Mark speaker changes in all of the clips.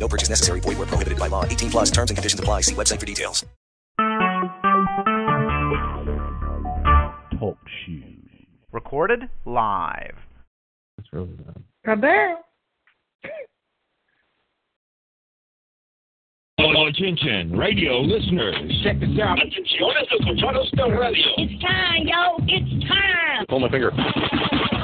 Speaker 1: No purchase necessary. Void where prohibited by law. 18 plus terms and conditions apply. See website for details.
Speaker 2: Talk shoes.
Speaker 3: Recorded live.
Speaker 2: That's really good.
Speaker 4: Kabam.
Speaker 5: Attention, radio listeners. Check this out. Atención, esto es Conchado Stone Radio.
Speaker 6: It's time, yo. It's time.
Speaker 5: Pull my finger.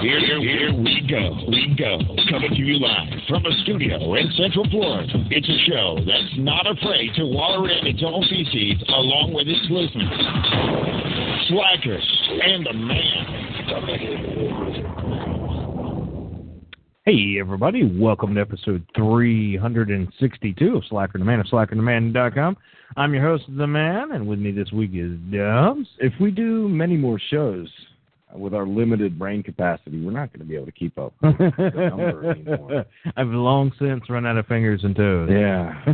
Speaker 5: Here, here, here we go. We go. Coming to you live from a studio in Central Florida. It's a show that's not afraid to waller in its own feces along with its listeners. Slackers and the man.
Speaker 2: Hey, everybody. Welcome to episode 362 of Slacker the Man of SlackerTheMan.com. I'm your host, The Man, and with me this week is Dubs.
Speaker 7: If we do many more shows with our limited brain capacity, we're not going to be able to keep up. with the number anymore.
Speaker 2: I've long since run out of fingers and toes.
Speaker 7: yeah.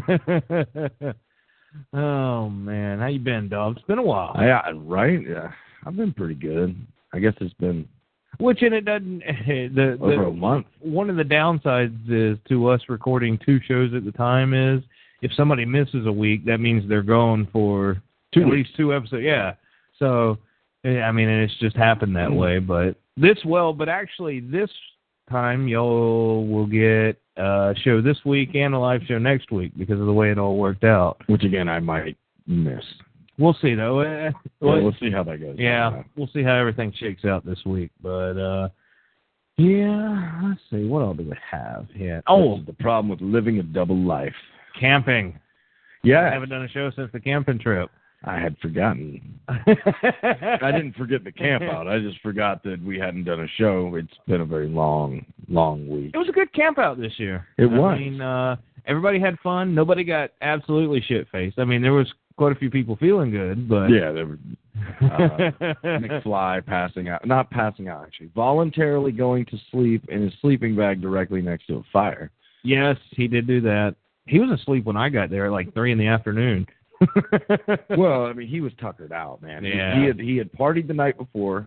Speaker 2: oh, man. How you been, Dubs? It's been a while.
Speaker 7: I, I- right? Yeah. I've been pretty good. I guess it's been
Speaker 2: Which, and it doesn't, the, the,
Speaker 7: over a month.
Speaker 2: one of the downsides is to us recording two shows at the time is if somebody misses a week, that means they're gone for
Speaker 7: Two
Speaker 2: at
Speaker 7: weeks.
Speaker 2: least two episodes. Yeah. So, eh, I mean, and it's just happened that way. But this, well, but actually, this time y'all will get a show this week and a live show next week because of the way it all worked out.
Speaker 7: Which, again, I might miss.
Speaker 2: We'll see, though. Eh,
Speaker 7: Well,
Speaker 2: well,
Speaker 7: we'll see how that goes.
Speaker 2: yeah, we'll see how everything shakes out this week. But uh yeah, let's see. What all do we have here?
Speaker 7: Oh,
Speaker 2: Oh,
Speaker 7: the problem with living a double life.
Speaker 2: camping. I
Speaker 7: Yeah.
Speaker 2: haven't done a show since the camping trip.
Speaker 7: I had forgotten. I
Speaker 2: I
Speaker 7: didn't forget the camp out. I just forgot that we hadn't done a show. It's been a very long, long week.
Speaker 2: It was a good camp out this year.
Speaker 7: It
Speaker 2: I
Speaker 7: was.
Speaker 2: mean, uh, everybody had fun. Nobody got absolutely shit faced. I mean, there was quite a few people feeling good, but
Speaker 7: Yeah, there were McFly passing out, not passing out actually, voluntarily going to sleep in his sleeping bag directly next to a fire.
Speaker 2: yes, he did do that. He was asleep when I got there at like three in the afternoon.
Speaker 7: well, I mean, he was tuckered out, man. He-
Speaker 2: Yeah.
Speaker 7: He, had he had partied the night before.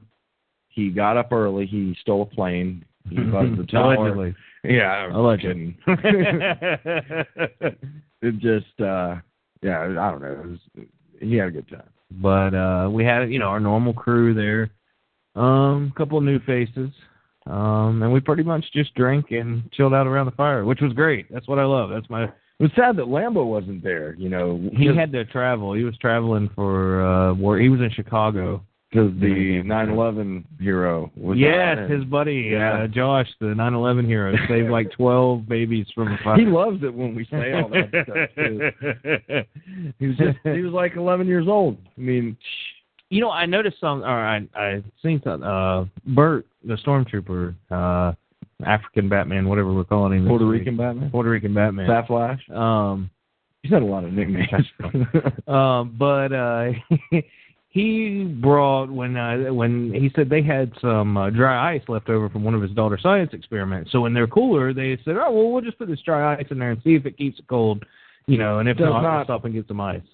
Speaker 7: He got up early. He stole a plane. He buzzed the tower.
Speaker 2: Allegedly.
Speaker 7: Yeah, I'm
Speaker 2: Allegedly.
Speaker 7: kidding. it just, uh yeah, I don't know. It was, he had a good time.
Speaker 2: but uh we had you know our normal crew there um couple of new faces um and we pretty much just drank and chilled out around the fire which was great that's what i love that's my
Speaker 7: It was sad that Lambo wasn't there. You know,
Speaker 2: he had to travel he was traveling for uh where he was in chicago
Speaker 7: because the 9/11 hero was.
Speaker 2: yes
Speaker 7: not in.
Speaker 2: his buddy
Speaker 7: Yeah.
Speaker 2: uh josh the 911 hero saved like 12 babies from the fire
Speaker 7: He loves it when we say all that stuff. Too. He was just, he was like 11 years old. I mean,
Speaker 2: you know, I noticed some, or I I seen some. Uh, Bert, the stormtrooper, uh, African Batman, whatever we're calling him, this
Speaker 7: Puerto
Speaker 2: week.
Speaker 7: Rican Batman,
Speaker 2: Puerto Rican Batman.
Speaker 7: Fat Flash.
Speaker 2: Um,
Speaker 7: He's had a lot of nicknames.
Speaker 2: um, but uh, he brought when uh, when he said they had some uh, dry ice left over from one of his daughter's science experiments. So in their cooler, they said, "Oh well, we'll just put this dry ice in there and see if it keeps it cold, you know, and if
Speaker 7: Does
Speaker 2: not, we'll
Speaker 7: not.
Speaker 2: stop and get some ice."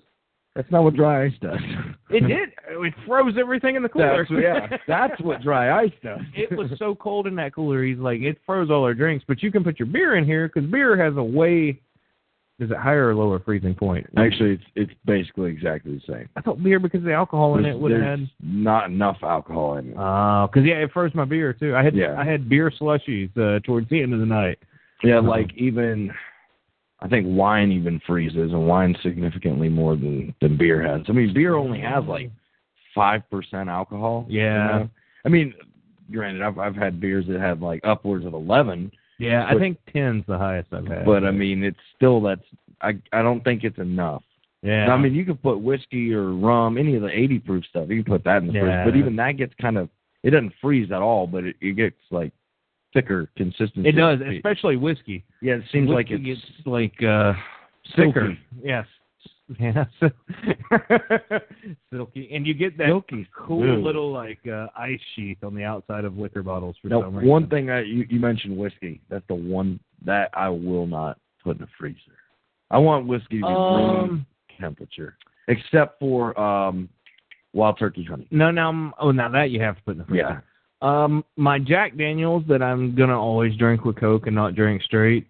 Speaker 7: That's not what dry ice does.
Speaker 2: It did. It froze everything in the cooler.
Speaker 7: That's, yeah, that's what dry ice does.
Speaker 2: it was so cold in that cooler. He's like, it froze all our drinks, but you can put your beer in here because beer has a way. Is it higher or lower freezing point?
Speaker 7: Actually, it's it's basically exactly the same.
Speaker 2: I thought beer because the alcohol in it would have
Speaker 7: There's
Speaker 2: had.
Speaker 7: not enough alcohol in it.
Speaker 2: Oh, because yeah, it froze my beer too. I had
Speaker 7: Yeah.
Speaker 2: I had beer slushies uh, towards the end of the night.
Speaker 7: Yeah,
Speaker 2: uh-huh.
Speaker 7: like even I think wine even freezes, and wine significantly more than than beer has. I mean, beer only has like five percent alcohol. you
Speaker 2: Yeah.
Speaker 7: know? I mean, granted, I've I've had beers that have like upwards of eleven,
Speaker 2: Yeah, I
Speaker 7: But-
Speaker 2: think ten's the highest I've had.
Speaker 7: but I mean, it's still that's I I don't think it's enough.
Speaker 2: yeah,
Speaker 7: I mean, you could put whiskey or rum, any of the eighty proof stuff, you can put that in the
Speaker 2: Yeah.
Speaker 7: fridge. But even that gets kind of it doesn't freeze at all, but it, it gets like thicker consistency.
Speaker 2: it does, especially whiskey.
Speaker 7: yeah, it seems like
Speaker 2: Whiskey
Speaker 7: it's
Speaker 2: gets like uh,
Speaker 7: silky.
Speaker 2: thicker. Yes, Yeah, so silky, and you get that
Speaker 7: Silky
Speaker 2: cool
Speaker 7: smooth.
Speaker 2: little like uh, ice sheath on the outside of liquor bottles for
Speaker 7: Now,
Speaker 2: some reason.
Speaker 7: one thing that you, you mentioned whiskey. That's the one that I will not put in the freezer. I want whiskey to be room
Speaker 2: Um,
Speaker 7: temperature, except for um, wild turkey honey.
Speaker 2: no, now I'm- oh, now that you have to put in the freezer.
Speaker 7: Yeah.
Speaker 2: Um, my Jack Daniels that I'm gonna always drink with Coke and not drink straight.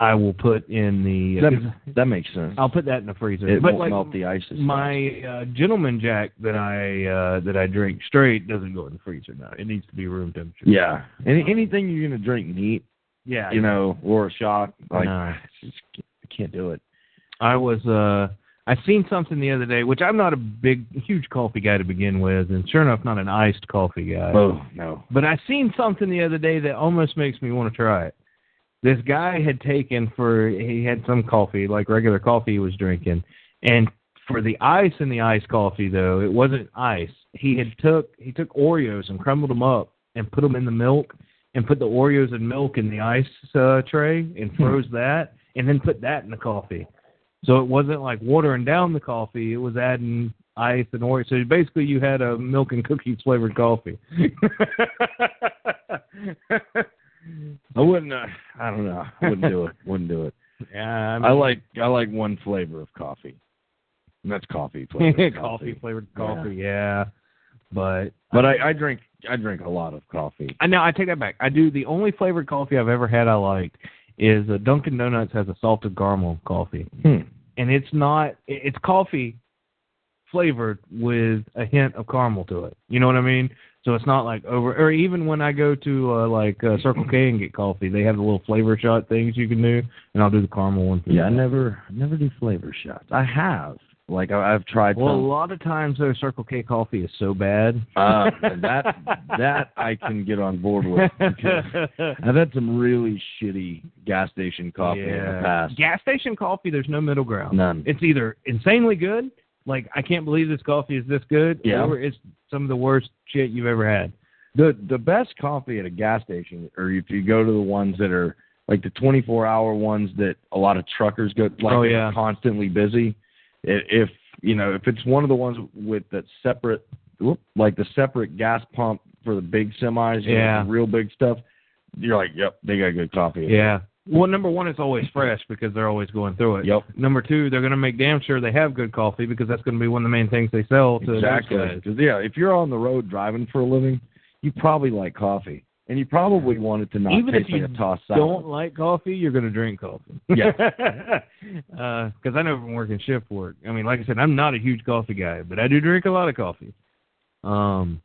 Speaker 2: I will put in the. uh,
Speaker 7: That, that makes sense.
Speaker 2: I'll put that in the freezer.
Speaker 7: it
Speaker 2: but
Speaker 7: won't
Speaker 2: like
Speaker 7: melt the ice. as fast.
Speaker 2: my uh, gentleman Jack that I uh, that I drink straight doesn't go in the freezer now. It needs to be room temperature.
Speaker 7: Yeah. Any, anything you're gonna drink neat,
Speaker 2: yeah.
Speaker 7: you know, or a shot, like
Speaker 2: Nah.
Speaker 7: it's just- I can't do it.
Speaker 2: I was uh I seen something the other day, which I'm not a big huge coffee guy to begin with, and sure enough not an iced coffee guy.
Speaker 7: oh no.
Speaker 2: But I seen something the other day that almost makes me want to try it. This guy had taken for he had some coffee, like regular coffee he was drinking, and for the ice in the iced coffee though, it wasn't ice. He had took he took Oreos and crumbled them up and put them in the milk and put the Oreos and milk in the ice uh, tray and froze that and then put that in the coffee. So it wasn't like watering down the coffee; it was adding ice and Oreo. So basically, you had a milk and cookies flavored coffee.
Speaker 7: I wouldn't. Uh, I don't know. I wouldn't do it. Wouldn't do it.
Speaker 2: yeah, I,
Speaker 7: I like I like one flavor of coffee. And that's coffee flavor.
Speaker 2: coffee. flavored coffee. Yeah, but
Speaker 7: But I, I drink I drink a lot of coffee.
Speaker 2: I now I take that back. I do the only flavored coffee I've ever had I liked is uh, Dunkin' Donuts has a salted caramel coffee,
Speaker 7: Hmm.
Speaker 2: and it's not it- it's coffee flavored with a hint of caramel to it. You know what I mean? So it's not like over or even when I go to uh, like uh, Circle K and get coffee, they have the little flavor shot things you can do, and I'll do the caramel one. For
Speaker 7: Yeah, I
Speaker 2: you.
Speaker 7: never I never do flavor shots. I have like I, I've tried.
Speaker 2: Well, a
Speaker 7: some-
Speaker 2: lot of times though, Circle K coffee is so bad.
Speaker 7: uh, that that I can get on board with. because I've had some really shitty gas station coffee in the past.
Speaker 2: Gas station coffee, there's no middle ground.
Speaker 7: None.
Speaker 2: It's either insanely good, like I can't believe this coffee is this good,
Speaker 7: Yeah.
Speaker 2: or it's some of the worst shit you've ever had.
Speaker 7: the the best coffee at a gas station, or if you go to the ones that are like the 24 hour ones that a lot of truckers go, like
Speaker 2: Oh,
Speaker 7: they're
Speaker 2: yeah.
Speaker 7: constantly busy. I- If you know if it's one of the ones with that separate, whoop, like the separate gas pump for the big semis, you know,
Speaker 2: Yeah.
Speaker 7: the real big stuff. You're like, yep, they got good coffee.
Speaker 2: Yeah. Well, number one, it's always fresh because they're always going through it.
Speaker 7: Yep.
Speaker 2: Number two, they're going to make damn sure they have good coffee because that's going to be one of the main things they sell to those
Speaker 7: Exactly.
Speaker 2: guys.
Speaker 7: 'Cause, yeah, if you're on the road driving for a living, you probably like coffee, and you probably want it to not
Speaker 2: Even if
Speaker 7: taste like
Speaker 2: you
Speaker 7: a tossed salad.
Speaker 2: Don't like coffee, you're going to drink coffee.
Speaker 7: Yeah.
Speaker 2: Because I know from working shift work. I mean, like I said, I'm not a huge coffee guy, but I do drink a lot of coffee. Um.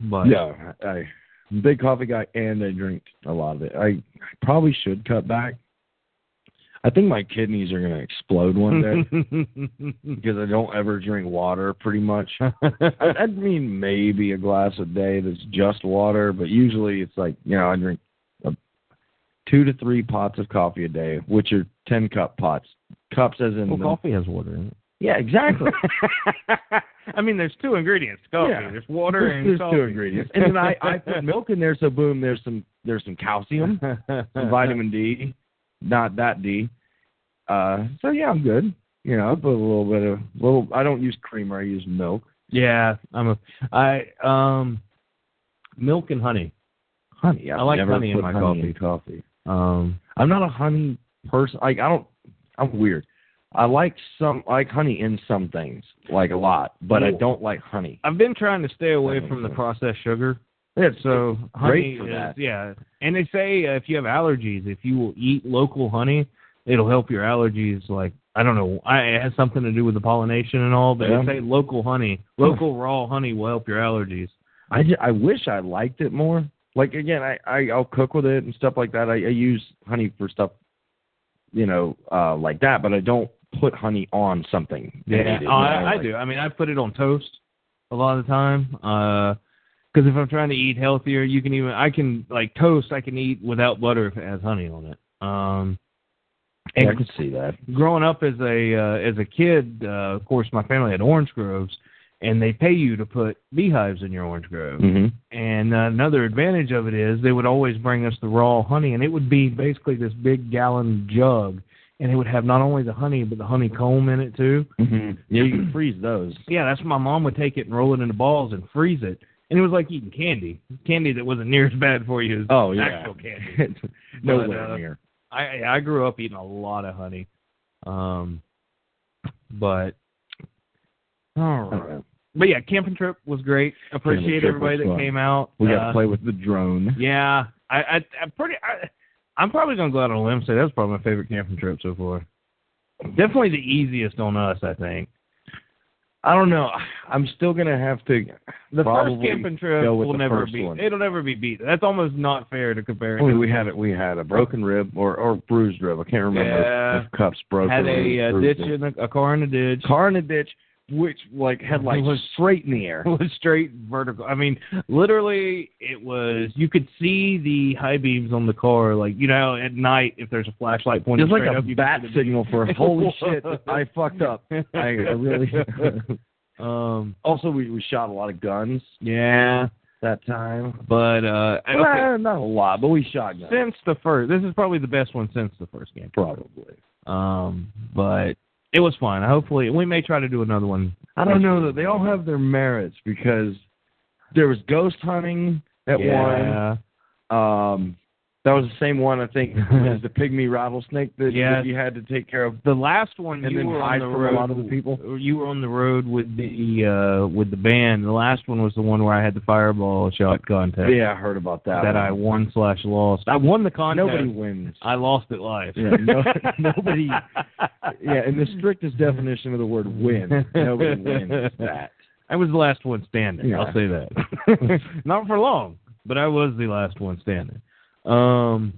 Speaker 2: But
Speaker 7: Yeah, I, I I'm a big coffee guy, and I drink a lot of it. I, I probably should cut back. I think my kidneys are gonna explode one day because I don't ever drink water. Pretty much, I, I mean maybe a glass a day that's just water, but usually it's like you know I drink a, two to three pots of coffee a day, which are ten cup pots. Cups as in
Speaker 2: well,
Speaker 7: the-
Speaker 2: coffee has water in it.
Speaker 7: yeah, exactly.
Speaker 2: I mean, there's two ingredients: to coffee.
Speaker 7: Yeah.
Speaker 2: There's water and
Speaker 7: there's
Speaker 2: coffee.
Speaker 7: two ingredients, and then I I put milk in there, so boom, there's some there's some calcium. some vitamin D, not that D. Uh, so yeah, I'm good. You know, I put a little bit of little. I don't use creamer. I use milk.
Speaker 2: Yeah, I'm a. I um, milk and honey.
Speaker 7: Honey. I've
Speaker 2: I like
Speaker 7: never
Speaker 2: honey in
Speaker 7: put
Speaker 2: my
Speaker 7: honey in coffee.
Speaker 2: Um,
Speaker 7: I'm not a honey person. Like I don't. I'm weird. I like some I like honey in some things, like a lot, but I
Speaker 2: Cool.
Speaker 7: don't like honey.
Speaker 2: I've been trying to stay away
Speaker 7: That makes
Speaker 2: from the
Speaker 7: sense.
Speaker 2: processed sugar.
Speaker 7: It's
Speaker 2: So honey
Speaker 7: great for
Speaker 2: is
Speaker 7: that.
Speaker 2: yeah, and they say uh, if you have allergies, if you will eat local honey, it'll help your allergies. Like I don't know, I, it has something to do with the pollination and all, but
Speaker 7: Yeah.
Speaker 2: they say local honey, local raw honey will help your allergies.
Speaker 7: I ju- I wish I liked it more. Like again, I, I I'll cook with it and stuff like that. I, I use honey for stuff, you know, uh like that. But I don't put honey on something. and eat it, you
Speaker 2: oh, I,
Speaker 7: know,
Speaker 2: I
Speaker 7: like-
Speaker 2: do. I mean, I put it on toast a lot of the time. Uh 'cause if I'm trying to eat healthier, you can even I can like toast. I can eat without butter if it has honey on it. Um,
Speaker 7: Yeah,
Speaker 2: and
Speaker 7: I can see that.
Speaker 2: growing up as a uh, as a kid, uh, of course, my family had orange groves, and they pay you to put beehives in your orange grove.
Speaker 7: Mm-hmm.
Speaker 2: And uh, another advantage of it is they would always bring us the raw honey, and it would be basically this big gallon jug, and it would have not only the honey but the honeycomb in it too.
Speaker 7: Mm-hmm. Yeah, you can freeze those.
Speaker 2: Yeah, that's when my mom would take it and roll it into balls and freeze it. And it was like eating candy. Candy that wasn't near as bad for you as
Speaker 7: Oh yeah,
Speaker 2: actual candy.
Speaker 7: nowhere
Speaker 2: But, uh,
Speaker 7: near.
Speaker 2: I I grew up eating a lot of honey. Um but all
Speaker 7: I don't
Speaker 2: right.
Speaker 7: know.
Speaker 2: But yeah, camping trip was great. Appreciate
Speaker 7: trip
Speaker 2: everybody
Speaker 7: was
Speaker 2: that
Speaker 7: fun.
Speaker 2: came out.
Speaker 7: We got
Speaker 2: Uh,
Speaker 7: to play with the drone.
Speaker 2: Yeah, I, I I'm pretty. I, I'm probably gonna go out on a limb and say that's probably my favorite camping trip so far. Definitely the easiest on us, I think.
Speaker 7: I don't know. I'm still gonna have to.
Speaker 2: The first
Speaker 7: probably
Speaker 2: camping trip
Speaker 7: go with
Speaker 2: will
Speaker 7: the
Speaker 2: never
Speaker 7: first
Speaker 2: be.
Speaker 7: one.
Speaker 2: It'll never be beat. That's almost not fair to compare.
Speaker 7: I mean, we had it. We had a broken rib or or bruised rib. I can't remember
Speaker 2: Yeah.
Speaker 7: if cups broken.
Speaker 2: had
Speaker 7: or
Speaker 2: a uh,
Speaker 7: bruised
Speaker 2: ditch
Speaker 7: rib.
Speaker 2: in a, a car in a ditch.
Speaker 7: car in a ditch, which like headlights
Speaker 2: Was-
Speaker 7: straight in the air.
Speaker 2: was straight vertical. I mean, literally, it was. You could see the high beams on the car. Like you know, at night, if there's a flashlight pointing
Speaker 7: Just like
Speaker 2: straight
Speaker 7: a
Speaker 2: up, you
Speaker 7: bat
Speaker 2: can see
Speaker 7: signal for
Speaker 2: It
Speaker 7: holy
Speaker 2: was.
Speaker 7: shit, I fucked up.
Speaker 2: the-
Speaker 7: I, I really.
Speaker 2: um.
Speaker 7: also, we we shot a lot of guns
Speaker 2: Yeah,
Speaker 7: that time.
Speaker 2: but uh, I-
Speaker 7: Well,
Speaker 2: okay,
Speaker 7: eh, not a lot, but we shot guns.
Speaker 2: since the first, this is probably the best one since the first game.
Speaker 7: Probably.
Speaker 2: Um, but it was fun. Hopefully, we may try to do another one.
Speaker 7: I don't know that they all have their merits because there was ghost hunting at one.
Speaker 2: yeah.
Speaker 7: Um, that was the same one I think was the pygmy rattlesnake that,
Speaker 2: Yes.
Speaker 7: that you had to take care of.
Speaker 2: The last one,
Speaker 7: And
Speaker 2: you
Speaker 7: then
Speaker 2: were
Speaker 7: hide
Speaker 2: on
Speaker 7: from
Speaker 2: the
Speaker 7: a
Speaker 2: road,
Speaker 7: lot of the people?
Speaker 2: You were on the road with the uh, with the band. The last one was the one where I had the fireball shot contest
Speaker 7: Yeah, I heard about that.
Speaker 2: that
Speaker 7: one.
Speaker 2: I won slash lost. I won the contest.
Speaker 7: nobody wins.
Speaker 2: I lost it live.
Speaker 7: Yeah, no- nobody- yeah, in the strictest definition of the word win, nobody wins that.
Speaker 2: I was the last one standing.
Speaker 7: Yeah.
Speaker 2: I'll say that. Not for long, but I was the last one standing. Um,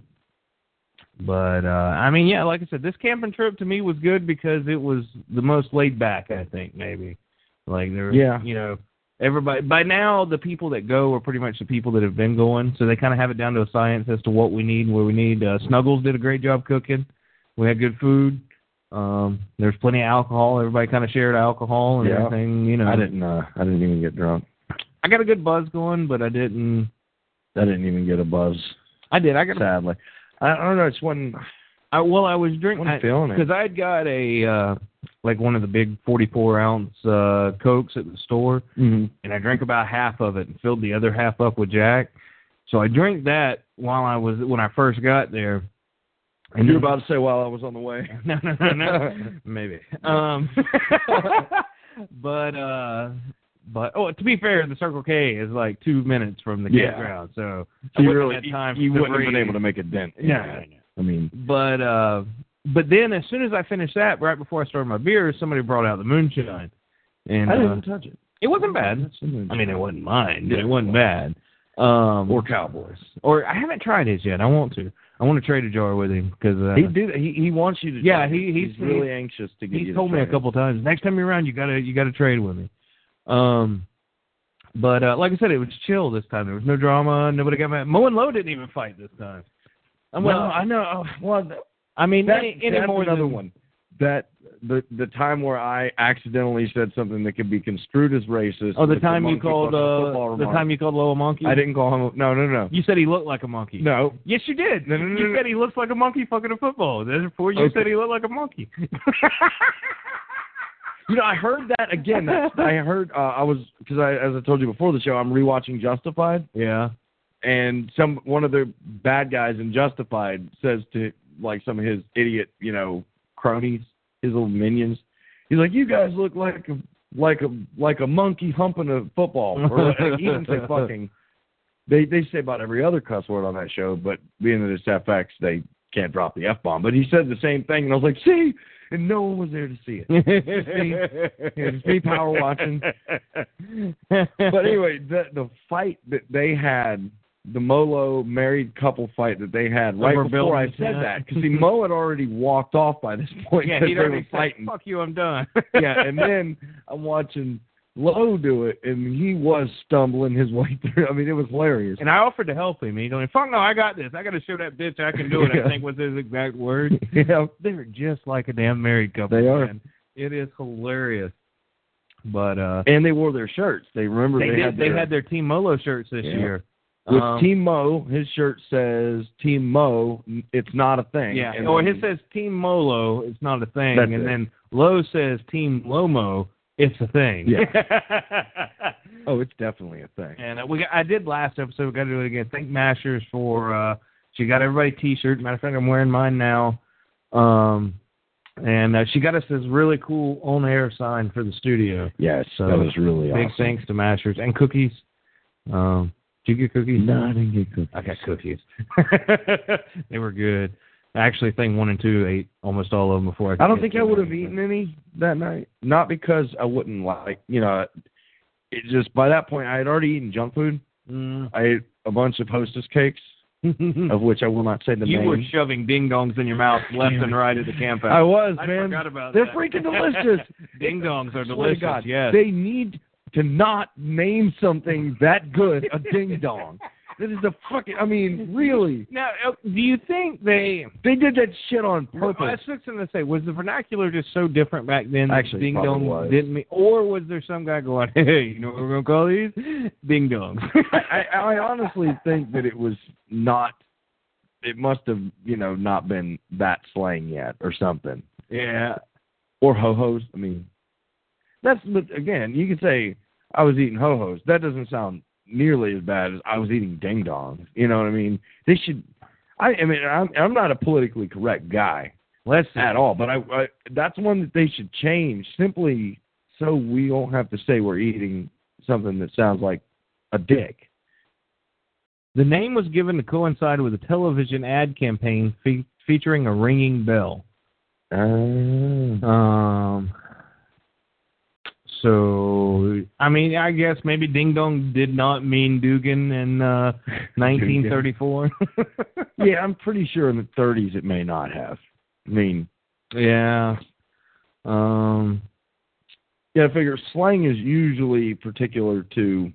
Speaker 2: but uh, I mean, yeah, like I said, this camping trip to me was good because it was the most laid back. I think maybe like there, was,
Speaker 7: Yeah.
Speaker 2: you know, everybody by now the people that go are pretty much the people that have been going, so they kind of have it down to a science as to what we need, where we need. Uh, Snuggles did a great job cooking. We had good food. Um, there's plenty of alcohol. Everybody kind of shared alcohol and
Speaker 7: Yeah.
Speaker 2: everything. You know,
Speaker 7: I didn't. Uh, I didn't even get drunk.
Speaker 2: I got a good buzz going, but I didn't.
Speaker 7: I didn't even get a buzz.
Speaker 2: I did. I got. A,
Speaker 7: Sadly, I, I don't know. It's one.
Speaker 2: I, well, I was drinking.
Speaker 7: I'm feeling it.
Speaker 2: because I had got a uh, like one of the big 44 ounce uh, cokes at the store,
Speaker 7: Mhm.
Speaker 2: and I drank about half of it and filled the other half up with Jack. So I drank that while I was when I first got there. And
Speaker 7: You're
Speaker 2: then-
Speaker 7: about to say while I was on the way.
Speaker 2: no no no no maybe um but uh but oh to be fair the Circle K is like two minutes from the
Speaker 7: Yeah.
Speaker 2: campground so, I
Speaker 7: So you
Speaker 2: wouldn't
Speaker 7: really,
Speaker 2: have had time
Speaker 7: you
Speaker 2: to
Speaker 7: wouldn't have been
Speaker 2: breathe.
Speaker 7: able to make a dent. in
Speaker 2: No,
Speaker 7: that.
Speaker 2: no, no.
Speaker 7: I mean,
Speaker 2: But uh but then as soon as I finished that, right before I started my beer, somebody brought out the moonshine. And
Speaker 7: I
Speaker 2: uh,
Speaker 7: didn't touch it.
Speaker 2: it wasn't bad. I mean it wasn't mine, but it wasn't bad. Um
Speaker 7: Or uh, Cowboys.
Speaker 2: or I haven't tried his yet. I want to. I want to trade a jar with him because uh,
Speaker 7: He do. He he wants you to.
Speaker 2: Yeah,
Speaker 7: try.
Speaker 2: he- he's-
Speaker 7: he's really anxious to get you.
Speaker 2: he's
Speaker 7: to
Speaker 2: told me a
Speaker 7: try it.
Speaker 2: couple times. Next time you're around, you gotta you gotta trade with me. Um, but uh, like I said, it was chill this time. There was no drama. Nobody got mad. Mo and Low didn't even fight this time. I'm
Speaker 7: Well,
Speaker 2: like, oh,
Speaker 7: I know. Well, that,
Speaker 2: I mean,
Speaker 7: that,
Speaker 2: any, any
Speaker 7: that's
Speaker 2: more
Speaker 7: another
Speaker 2: than-
Speaker 7: one. That the the time where I accidentally said something that could be construed as racist.
Speaker 2: Oh, the
Speaker 7: with
Speaker 2: time you
Speaker 7: monkey
Speaker 2: called
Speaker 7: fucking
Speaker 2: uh,
Speaker 7: football
Speaker 2: the
Speaker 7: remark.
Speaker 2: time you called Low a monkey.
Speaker 7: I didn't call him. No, no, no,
Speaker 2: You said he looked like a monkey.
Speaker 7: no.
Speaker 2: Yes, you did.
Speaker 7: No, no, no,
Speaker 2: you
Speaker 7: no.
Speaker 2: said he looks like a monkey fucking a football. Therefore, you
Speaker 7: Okay.
Speaker 2: said he looked like a monkey.
Speaker 7: You know, I heard that again. That's- I heard. Uh, I was because I, as I told you before the show, I'm rewatching Justified,
Speaker 2: yeah.
Speaker 7: and some one of the bad guys in Justified says to like some of his idiot, you know, cronies, his little minions. He's like, "You guys look like a like a like a monkey humping a football." Or like, he didn't say fucking. They they say about every other cuss word on that show, but being that it's FX, they can't drop the f bomb. But he said the same thing, and I was like, "See," and no one was there to see it.
Speaker 2: it's
Speaker 7: It's me power watching. But anyway, the the fight that they had, the Molo married couple fight that they had right
Speaker 2: Over
Speaker 7: before I
Speaker 2: buildings,
Speaker 7: said
Speaker 2: yeah.
Speaker 7: that, because see, Mo had already walked off by this point
Speaker 2: yeah,
Speaker 7: 'cause
Speaker 2: he'd
Speaker 7: they
Speaker 2: already
Speaker 7: were
Speaker 2: said,
Speaker 7: fighting.
Speaker 2: Fuck you, I'm done.
Speaker 7: yeah, and then I'm watching Lowe do it, and he was stumbling his way through. I mean, it was hilarious.
Speaker 2: And I offered to help him. He's going, fuck no, I got this. I got to show that bitch I can do it, I
Speaker 7: Yeah.
Speaker 2: think was his exact word.
Speaker 7: yeah,
Speaker 2: They're just like a damn married couple.
Speaker 7: They are.
Speaker 2: man. It is hilarious. But uh
Speaker 7: and they wore their shirts. They remember
Speaker 2: they,
Speaker 7: they,
Speaker 2: did,
Speaker 7: had
Speaker 2: they
Speaker 7: their,
Speaker 2: had their Team Molo shirts this
Speaker 7: Yeah.
Speaker 2: year.
Speaker 7: With
Speaker 2: Um,
Speaker 7: Team Mo, his shirt says Team Mo. n- It's not a thing.
Speaker 2: Yeah,
Speaker 7: And
Speaker 2: or
Speaker 7: then-
Speaker 2: his says Team Molo, it's not a thing,
Speaker 7: That's
Speaker 2: and
Speaker 7: it.
Speaker 2: then Low says Team Lomo, it's a thing.
Speaker 7: Oh, it's definitely a thing.
Speaker 2: and uh, we got, I did last episode. We got to do it again. Thank Mashers for uh, she got everybody T-shirt. Matter of fact, I'm wearing mine now. Um, and uh, she got us this really cool on-air sign for the studio.
Speaker 7: Yes,
Speaker 2: So,
Speaker 7: that was really
Speaker 2: Big
Speaker 7: awesome.
Speaker 2: thanks to Mashers and cookies. Um, did you get cookies?
Speaker 7: No, I didn't get cookies.
Speaker 2: I got cookies. they were good. Actually, thing one and two ate almost all of them before I. could
Speaker 7: I don't
Speaker 2: get
Speaker 7: think
Speaker 2: to
Speaker 7: I would have
Speaker 2: anything.
Speaker 7: eaten any that night. Not because I wouldn't like, you know, it just by that point I had already eaten junk food.
Speaker 2: Mm.
Speaker 7: I ate a bunch of Hostess cakes, of which I will not say the
Speaker 2: you
Speaker 7: name.
Speaker 2: were shoving ding dongs in your mouth left and right at the camp out.
Speaker 7: I was,
Speaker 2: I
Speaker 7: man.
Speaker 2: forgot about
Speaker 7: They're
Speaker 2: that.
Speaker 7: freaking delicious.
Speaker 2: Ding dongs are
Speaker 7: Swear to
Speaker 2: delicious.
Speaker 7: God,
Speaker 2: yes.
Speaker 7: They need to not name something that good a ding dong. That is a fucking. I mean, really,
Speaker 2: now, uh, do you think they?
Speaker 7: they did that shit on
Speaker 2: I
Speaker 7: purpose.
Speaker 2: was just going to say, was the vernacular just so different back then? that
Speaker 7: Actually,
Speaker 2: ding
Speaker 7: probably
Speaker 2: dongs
Speaker 7: was.
Speaker 2: didn't mean, or was there some guy going, hey, you know what we're going to call these? Ding dongs.
Speaker 7: I, I honestly think that it was not. It must have, you know, not been that slang yet, or something,
Speaker 2: yeah.
Speaker 7: or ho hos. I mean, that's but again, you could say I was eating ho hos. That doesn't sound nearly as bad as I was eating ding dongs. You know what I mean? They should. I, I mean, I'm I'm not a politically correct guy,
Speaker 2: Let's
Speaker 7: at all. But I, I that's one that they should change simply so we don't have to say we're eating something that sounds like a dick.
Speaker 2: The name was given to coincide with a television ad campaign fe- featuring a ringing bell.
Speaker 7: Uh,
Speaker 2: Um, so, I mean, I guess maybe Ding Dong did not mean Dugan in uh, 1934.
Speaker 7: yeah, I'm pretty sure in the 30s it may not have. I mean,
Speaker 2: yeah. Um,
Speaker 7: yeah, I figure slang is usually particular to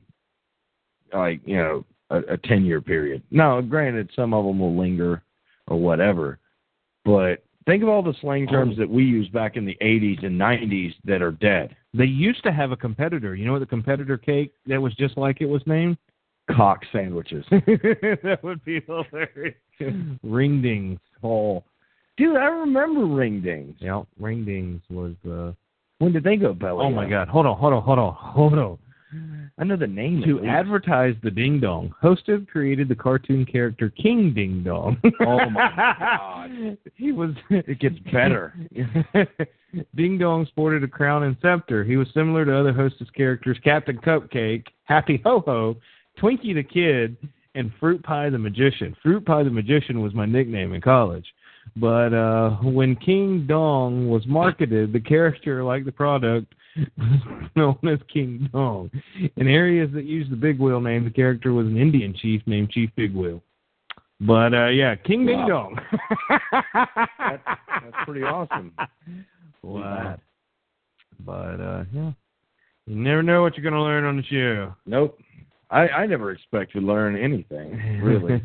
Speaker 7: like you know a, a 10 year period. Now, granted, some of them will linger or whatever, but think of all the slang
Speaker 2: Oh.
Speaker 7: terms that we used back in the 80s and 90s that are dead.
Speaker 2: they used to have a competitor. You know what the competitor cake that was just like it was named?
Speaker 7: Cock sandwiches.
Speaker 2: that would be hilarious. Ring Dings.
Speaker 7: Oh, dude, I remember ring dings.
Speaker 2: Yeah, Ring Dings was the.
Speaker 7: When did they go belly?
Speaker 2: Oh my
Speaker 7: up?
Speaker 2: God! Hold on, hold on, hold on, hold on.
Speaker 7: I know the name.
Speaker 2: To
Speaker 7: at least.
Speaker 2: advertise the Ding Dong, Hosted created the cartoon character King Ding Dong.
Speaker 7: Oh my God.
Speaker 2: He was.
Speaker 7: it gets better.
Speaker 2: Ding Dong sported a crown and scepter. He was similar to other Hostess characters: Captain Cupcake, Happy Ho Ho, Twinkie the Kid, and Fruit Pie the Magician. Fruit Pie the Magician was my nickname in college. But uh, when King Dong was marketed, the character, like the product, was known as King Dong. In areas that used the Big Wheel name, the character was an Indian chief named Chief Big Wheel. But uh, yeah, King Ding
Speaker 7: Wow.
Speaker 2: Dong.
Speaker 7: that's, that's pretty awesome.
Speaker 2: What? But uh, yeah, you never know what you're gonna learn on the show.
Speaker 7: Nope. I, I never expect to learn anything, really.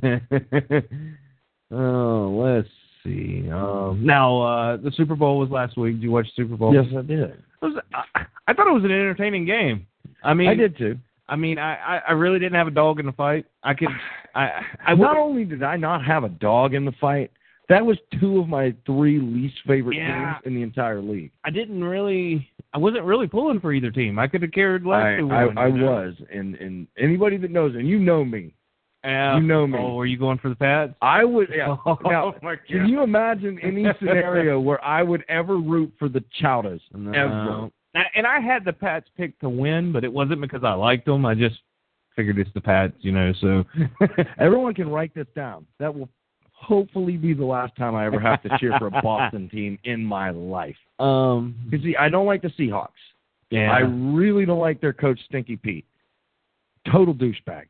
Speaker 2: oh, let's see. Um, now uh, the Super Bowl was last week. Did you watch the Super Bowl?
Speaker 7: I did.
Speaker 2: It was- I, I thought it was an entertaining game. I mean,
Speaker 7: I did too.
Speaker 2: I mean, I, I, I really didn't have a dog in the fight. I could. I. I
Speaker 7: not only did I not have a dog in the fight, that was two of my three least favorite
Speaker 2: Yeah.
Speaker 7: teams in the entire league.
Speaker 2: I didn't really. I wasn't really pulling for either team. I could have cared less.
Speaker 7: I,
Speaker 2: who
Speaker 7: I,
Speaker 2: won,
Speaker 7: I
Speaker 2: you know?
Speaker 7: was, and and anybody that knows, and you know me,
Speaker 2: Yeah.
Speaker 7: you know me.
Speaker 2: Oh, were you going for the Pats?
Speaker 7: I would. Yeah,
Speaker 2: Oh,
Speaker 7: now,
Speaker 2: my God.
Speaker 7: Can you imagine any scenario where I would ever root for the Chowdas? Ever.
Speaker 2: No. And- And I had the Pats pick to win, but it wasn't because I liked them. I just figured it's the Pats, you know. So
Speaker 7: Everyone can write this down. That will hopefully be the last time I ever have to cheer for a Boston team in my life.
Speaker 2: um,
Speaker 7: Because, see, I don't like the Seahawks.
Speaker 2: yeah,
Speaker 7: I really don't like their coach, Stinky Pete. Total douchebag.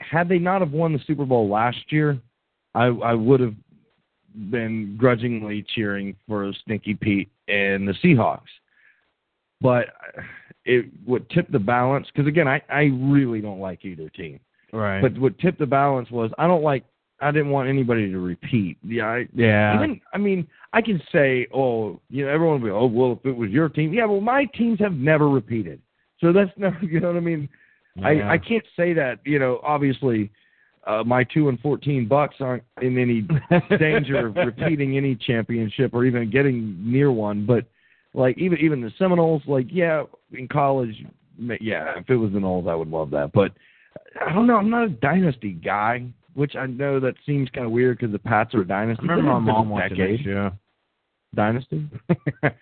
Speaker 7: Had they not have won the Super Bowl last year, I, I would have been grudgingly cheering for Stinky Pete and the Seahawks. But it would tip the balance because again, I, I really don't like either team.
Speaker 2: right.
Speaker 7: But what tipped the balance was I don't like. I didn't want anybody to repeat. Yeah, I,
Speaker 2: yeah,
Speaker 7: even I mean I can say, oh, you know, everyone will be, oh, well, if it was your team, yeah, well, my teams have never repeated, so that's never, you know what I mean.
Speaker 2: Yeah.
Speaker 7: I, I can't say that, you know, obviously uh, my two and fourteen bucks aren't in any danger of repeating any championship or even getting near one, but like even even the Seminoles, like yeah, in college, ma- yeah, if it was the Knolls, I would love that. But I don't know, I'm not a dynasty guy, which I know that seems kind of weird because the Pats are a dynasty.
Speaker 2: I remember my
Speaker 7: It's been a
Speaker 2: mom watching
Speaker 7: decade.
Speaker 2: this show.
Speaker 7: dynasty, Duck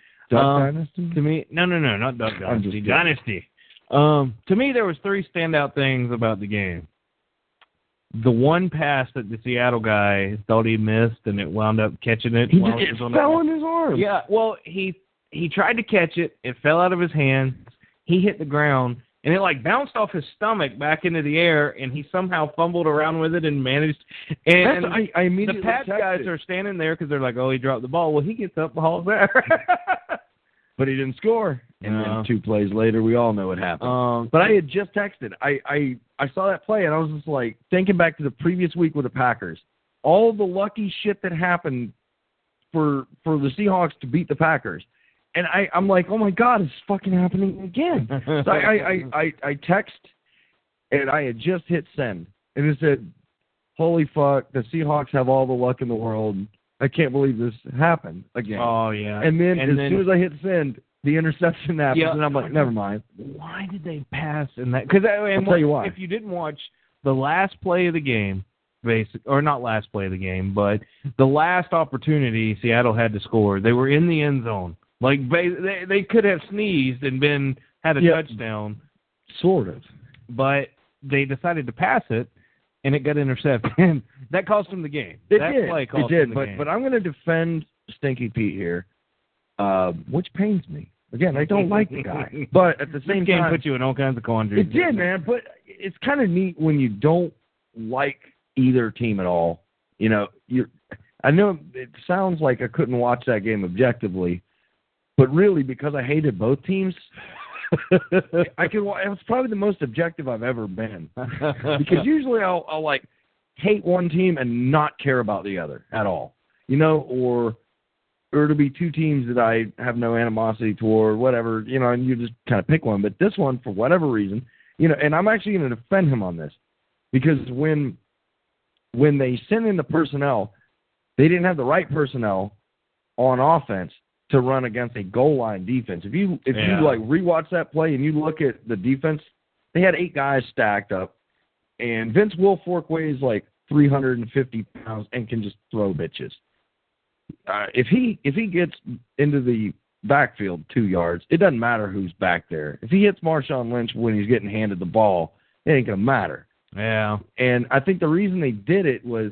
Speaker 2: Um,
Speaker 7: dynasty.
Speaker 2: to me, no, no, no, not Duck
Speaker 7: I'm just
Speaker 2: Dynasty.
Speaker 7: kidding.
Speaker 2: Dynasty. Um, to me, there was three standout things about the game. The one pass that the Seattle guy thought he missed, and it wound up catching it.
Speaker 7: He
Speaker 2: while
Speaker 7: just it
Speaker 2: was on that
Speaker 7: fell
Speaker 2: one.
Speaker 7: in his arm.
Speaker 2: Yeah, well, he he tried to catch it. It fell out of his hands. He hit the ground, and it like bounced off his stomach back into the air, and he somehow fumbled around with it and managed.
Speaker 7: That's-
Speaker 2: And
Speaker 7: I, I immediately
Speaker 2: the Pat
Speaker 7: texted.
Speaker 2: guys are standing there because they're like, "Oh, he dropped the ball." Well, he gets up and hauls there.
Speaker 7: but he didn't score. And
Speaker 2: No.
Speaker 7: then two plays later, we all know what happened.
Speaker 2: um,
Speaker 7: but I had just texted. I, I I saw that play and I was just like thinking back to the previous week with the Packers. All the lucky shit that happened for for the Seahawks to beat the Packers. And I, I'm like, oh my God, it's fucking happening again. So I, I, I, I, I text and I had just hit send and it said, Holy fuck, the Seahawks have all the luck in the world. I can't believe this happened again.
Speaker 2: oh yeah.
Speaker 7: And then
Speaker 2: And
Speaker 7: as
Speaker 2: then-
Speaker 7: soon as I hit send, the interception happens,
Speaker 2: Yeah.
Speaker 7: and I'm like, never mind.
Speaker 2: why did they pass in that? Because
Speaker 7: I'll tell you why.
Speaker 2: If you didn't watch the last play of the game, basic or not last play of the game, but the last opportunity Seattle had to score, they were in the end zone. Like they they, they could have sneezed and been had a
Speaker 7: Yeah.
Speaker 2: touchdown,
Speaker 7: Sort of.
Speaker 2: but they decided to pass it, and it got intercepted. that cost them the game.
Speaker 7: It
Speaker 2: that
Speaker 7: did.
Speaker 2: play
Speaker 7: it
Speaker 2: cost
Speaker 7: did.
Speaker 2: them the
Speaker 7: But
Speaker 2: game.
Speaker 7: but I'm going to defend Stinky Pete here, um, which pains me. Again, I don't like the guy, but at the
Speaker 2: this
Speaker 7: same
Speaker 2: game
Speaker 7: time,
Speaker 2: put you in all kinds of quandaries.
Speaker 7: it did, man. But it's kind of neat when you don't like either team at all. You know, you. I know it sounds like I couldn't watch that game objectively, but really because I hated both teams, I could. wa- It was probably the most objective I've ever been. because usually I'll, I'll like hate one team and not care about the other at all, you know, or or it'll be two teams that I have no animosity toward, whatever, you know, and you just kind of pick one. But this one, for whatever reason, you know, and I'm actually going to defend him on this because when when they sent in the personnel, they didn't have the right personnel on offense to run against a goal line defense. If you if
Speaker 2: Yeah.
Speaker 7: you like rewatch that play and you look at the defense, they had eight guys stacked up and Vince Wilfork weighs like 350 pounds and can just throw bitches. Uh, if he if he gets into the backfield two yards, it doesn't matter who's back there. If he hits Marshawn Lynch when he's getting handed the ball, it ain't gonna matter.
Speaker 2: yeah.
Speaker 7: And I think the reason they did it was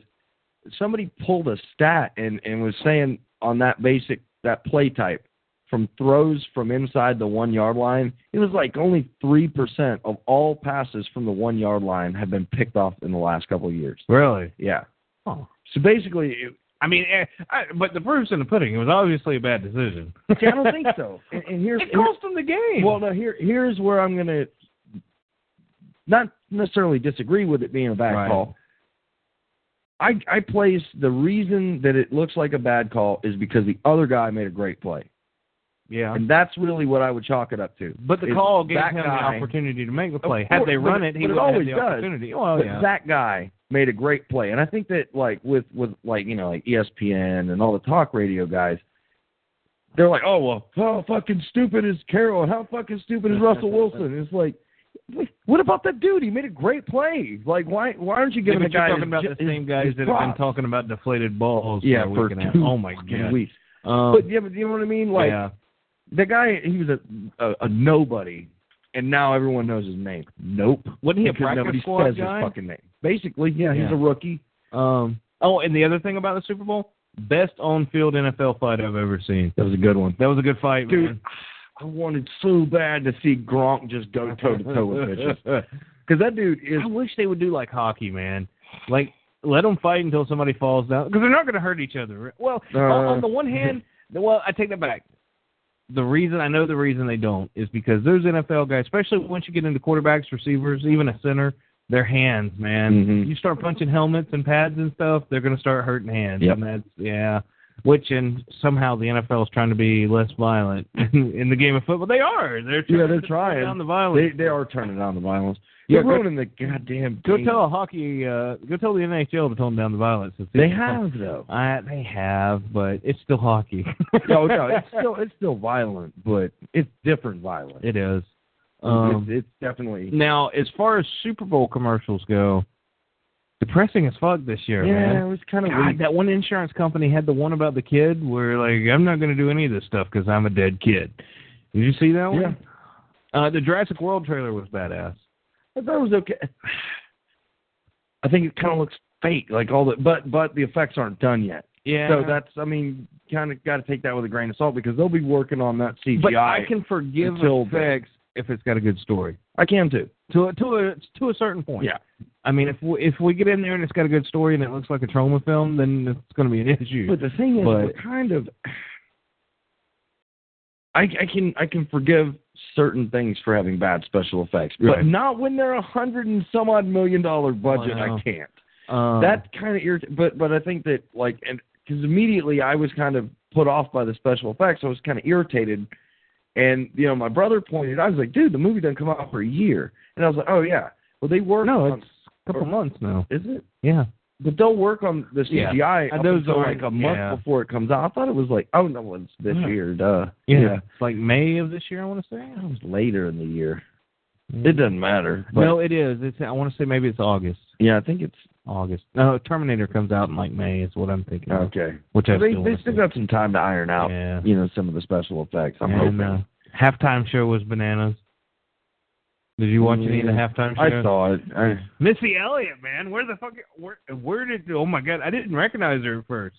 Speaker 7: somebody pulled a stat and and was saying on that basic that play type from throws from inside the one yard line, it was like only three percent of all passes from the one yard line have been picked off in the last couple of years.
Speaker 2: Really.
Speaker 7: Yeah.
Speaker 2: Oh.
Speaker 7: So basically, it,
Speaker 2: I mean, eh, I, but the proof's in the pudding. It was obviously a bad decision.
Speaker 7: see, I don't think so. And, and here's
Speaker 2: it cost them the game.
Speaker 7: well, no. Here here's where I'm gonna not necessarily disagree with it being a bad
Speaker 2: Right.
Speaker 7: call. I I place the reason that it looks like a bad call is because the other guy made a great play,
Speaker 2: yeah.
Speaker 7: and that's really what I would chalk it up to.
Speaker 2: But the
Speaker 7: Is
Speaker 2: call gave
Speaker 7: that
Speaker 2: him
Speaker 7: guy-
Speaker 2: the opportunity to make the
Speaker 7: Of
Speaker 2: play.
Speaker 7: course,
Speaker 2: Had they
Speaker 7: but
Speaker 2: run
Speaker 7: it-
Speaker 2: it, he
Speaker 7: but it
Speaker 2: would have had
Speaker 7: always
Speaker 2: the
Speaker 7: does.
Speaker 2: opportunity. Well,
Speaker 7: but
Speaker 2: Oh, yeah.
Speaker 7: that guy made a great play. And I think that like with with like you know like E ESPN and all the talk radio guys, they're like, oh well, how fucking stupid is Carroll? How fucking stupid is Russell Wilson? It's like, wait, what about that dude? He made a great play. Like why why aren't you
Speaker 2: Yeah,
Speaker 7: giving
Speaker 2: but
Speaker 7: the
Speaker 2: you're
Speaker 7: guy
Speaker 2: talking
Speaker 7: his
Speaker 2: about
Speaker 7: ju-
Speaker 2: the
Speaker 7: his-
Speaker 2: same guys
Speaker 7: his
Speaker 2: that have been
Speaker 7: props?
Speaker 2: talking about deflated balls.
Speaker 7: Yeah, for
Speaker 2: for, a week and a half.
Speaker 7: two
Speaker 2: oh my
Speaker 7: fucking
Speaker 2: god.
Speaker 7: weeks.
Speaker 2: Um,
Speaker 7: But yeah, but you know what I mean? Like
Speaker 2: yeah.
Speaker 7: the guy, he was a, a a nobody, and now everyone knows his name. Nope.
Speaker 2: wasn't he a
Speaker 7: Because
Speaker 2: practice
Speaker 7: nobody
Speaker 2: squad
Speaker 7: says
Speaker 2: guy?
Speaker 7: his fucking name. Basically, yeah,
Speaker 2: Yeah.
Speaker 7: he's a rookie.
Speaker 2: Um, oh, and the other thing about the Super Bowl, best on-field NFL fight I've ever seen.
Speaker 7: That was a good one.
Speaker 2: That was a good fight,
Speaker 7: Dude, I wanted so bad to see Gronk just go
Speaker 2: man.
Speaker 7: toe to toe with bitches. Because that dude is.
Speaker 2: I wish they would do like hockey, man. Like let them fight until somebody falls down because they're not going to hurt each other. Well,
Speaker 7: Uh,
Speaker 2: on on the one hand, well, I take that back. The reason I know the reason they don't is because those NFL guys, especially once you get into quarterbacks, receivers, even a center, their hands, man.
Speaker 7: Mhm.
Speaker 2: You start punching helmets and pads and stuff, they're going to start hurting hands,
Speaker 7: Yep.
Speaker 2: and that's yeah. Which and somehow the NFL is trying to be less violent in the game of football. They are. They're trying
Speaker 7: Yeah, they're
Speaker 2: to
Speaker 7: trying.
Speaker 2: turn down the violence.
Speaker 7: They they are turning down the violence.
Speaker 2: Yeah,
Speaker 7: They're
Speaker 2: go-
Speaker 7: ruining the goddamn.
Speaker 2: go
Speaker 7: game.
Speaker 2: tell a hockey. Uh, go tell the NHL to tone down the violence. this
Speaker 7: They
Speaker 2: season.
Speaker 7: have though.
Speaker 2: I, they have, but it's still hockey.
Speaker 7: no, no, it's still it's still violent, but it's different violence.
Speaker 2: It is.
Speaker 7: Mm-hmm.
Speaker 2: Um,
Speaker 7: it's, it's definitely.
Speaker 2: now, as far as Super Bowl commercials go, depressing as fuck this year, man.
Speaker 7: it was kind of
Speaker 2: God, that one insurance company had the one about the kid where like I'm not going to do any of this stuff because I'm a dead kid. Did you see that one?
Speaker 7: Yeah.
Speaker 2: Uh, the Jurassic World trailer was badass.
Speaker 7: I thought it was okay. I think it kind of looks fake, like all the but but the effects aren't done yet.
Speaker 2: Yeah.
Speaker 7: So that's I mean, kind of got to take that with a grain of salt because they'll be working on that CGI.
Speaker 2: but I can forgive
Speaker 7: until then.
Speaker 2: effects if it's got a good story.
Speaker 7: I can too.
Speaker 2: To a, to a to a certain point.
Speaker 7: Yeah.
Speaker 2: I mean, if we, if we get in there and it's got a good story and it looks like a trauma film, then it's going to be an issue.
Speaker 7: But the thing is,
Speaker 2: But-
Speaker 7: we're kind of. I, I can I can forgive certain things for having bad special effects, but
Speaker 2: Right.
Speaker 7: not when they're a hundred and some odd million dollar budget.
Speaker 2: I know.
Speaker 7: I can't.
Speaker 2: Um,
Speaker 7: that kind of irrit- but but I think that like and because immediately I was kind of put off by the special effects. I was kind of irritated, and you know my brother pointed. I was like, dude, the movie doesn't come out for a year, and I was like, oh yeah, well they work.
Speaker 2: no,
Speaker 7: on,
Speaker 2: it's a couple months now.
Speaker 7: is it?
Speaker 2: Yeah.
Speaker 7: But they'll work on the
Speaker 2: Yeah.
Speaker 7: CGI
Speaker 2: And
Speaker 7: up
Speaker 2: those
Speaker 7: until,
Speaker 2: aren't-
Speaker 7: like a month
Speaker 2: yeah.
Speaker 7: before it comes out. I thought it was like, oh no, it's this
Speaker 2: Yeah.
Speaker 7: year, duh.
Speaker 2: It's like May of this year, I want to say.
Speaker 7: it was later in the year. It doesn't matter. But,
Speaker 2: Mm-hmm. no, it is. It's I want to say maybe it's August.
Speaker 7: yeah, I think it's
Speaker 2: August. No, Terminator comes out in like May is what I'm thinking. of,
Speaker 7: okay.
Speaker 2: Which I
Speaker 7: They
Speaker 2: still
Speaker 7: they
Speaker 2: wanna
Speaker 7: still
Speaker 2: see.
Speaker 7: got some time to iron out.
Speaker 2: Yeah.
Speaker 7: You know some of the special effects. I'm
Speaker 2: and,
Speaker 7: hoping.
Speaker 2: uh, halftime show was bananas. Did you watch any of the
Speaker 7: Yeah.
Speaker 2: halftime
Speaker 7: I
Speaker 2: show?
Speaker 7: saw it. I,
Speaker 2: Missy Elliott, man, where the fuck? Where, where did? Oh my god, I didn't recognize her at first.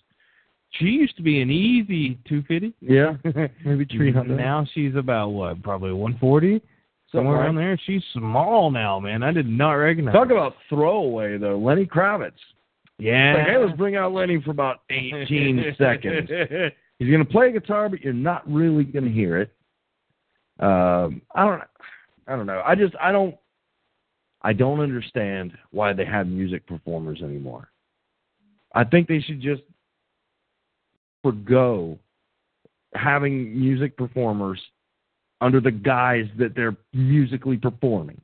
Speaker 2: She used to be an easy 250.
Speaker 7: yeah, Mm-hmm. maybe three hundred.
Speaker 2: Now she's about what? Probably 140,
Speaker 7: Something
Speaker 2: somewhere
Speaker 7: like-
Speaker 2: around there. She's small now, man. I did not recognize.
Speaker 7: Talk
Speaker 2: her.
Speaker 7: about throwaway though, Lenny Kravitz.
Speaker 2: yeah.
Speaker 7: Like, hey, let's bring out Lenny for about eighteen seconds. He's gonna play guitar, but you're not really gonna hear it. Um, I don't, I don't know. I just, I don't, I don't understand why they have music performers anymore. I think they should just forgo having music performers under the guise that they're musically performing.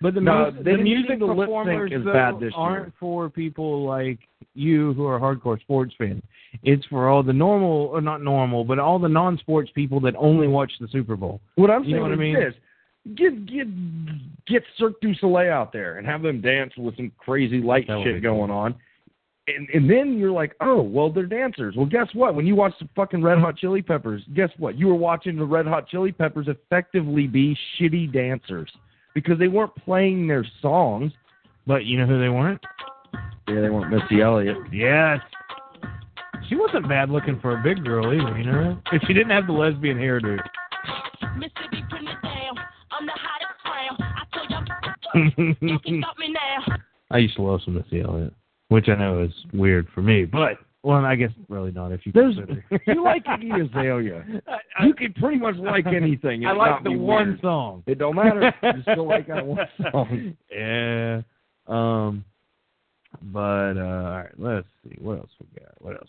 Speaker 2: But the,
Speaker 7: No,
Speaker 2: mus-
Speaker 7: they
Speaker 2: the
Speaker 7: didn't
Speaker 2: music
Speaker 7: think the lip sync
Speaker 2: performers
Speaker 7: is
Speaker 2: though,
Speaker 7: bad this year.
Speaker 2: aren't for people like you who are hardcore sports fans. It's for all the normal, or not normal, but all the non-sports people that only watch the Super Bowl.
Speaker 7: What I'm saying
Speaker 2: You know what I
Speaker 7: is
Speaker 2: mean?
Speaker 7: this: get get get Cirque du Soleil out there and have them dance with some crazy light
Speaker 2: That would be
Speaker 7: shit going on, and and then you're like, oh well, they're dancers. Well, guess what? When you watch the fucking Red Hot Chili Peppers, guess what? You were watching the Red Hot Chili Peppers effectively be shitty dancers because they weren't playing their songs.
Speaker 2: But you know who they weren't?
Speaker 7: Yeah, they weren't Missy Elliott.
Speaker 2: Yes. She wasn't bad looking for a big girl either, you know. If she didn't have the lesbian hairdo.
Speaker 6: Mississippi, bring it down. I'm the hottest crown. I told y'all, you can
Speaker 2: I
Speaker 6: stop me now.
Speaker 2: used to love some Missy Elliott, which I know is weird for me, but well, I guess really not if you
Speaker 7: There's
Speaker 2: consider.
Speaker 7: you like Iggy Azalea.
Speaker 2: I- I-
Speaker 7: You could pretty much like anything. and
Speaker 2: I
Speaker 7: it
Speaker 2: like
Speaker 7: not
Speaker 2: the
Speaker 7: be
Speaker 2: one
Speaker 7: weird.
Speaker 2: song.
Speaker 7: It don't matter. You still like that one song.
Speaker 2: Yeah. Um. But uh, all right, let's see what else we got. What else?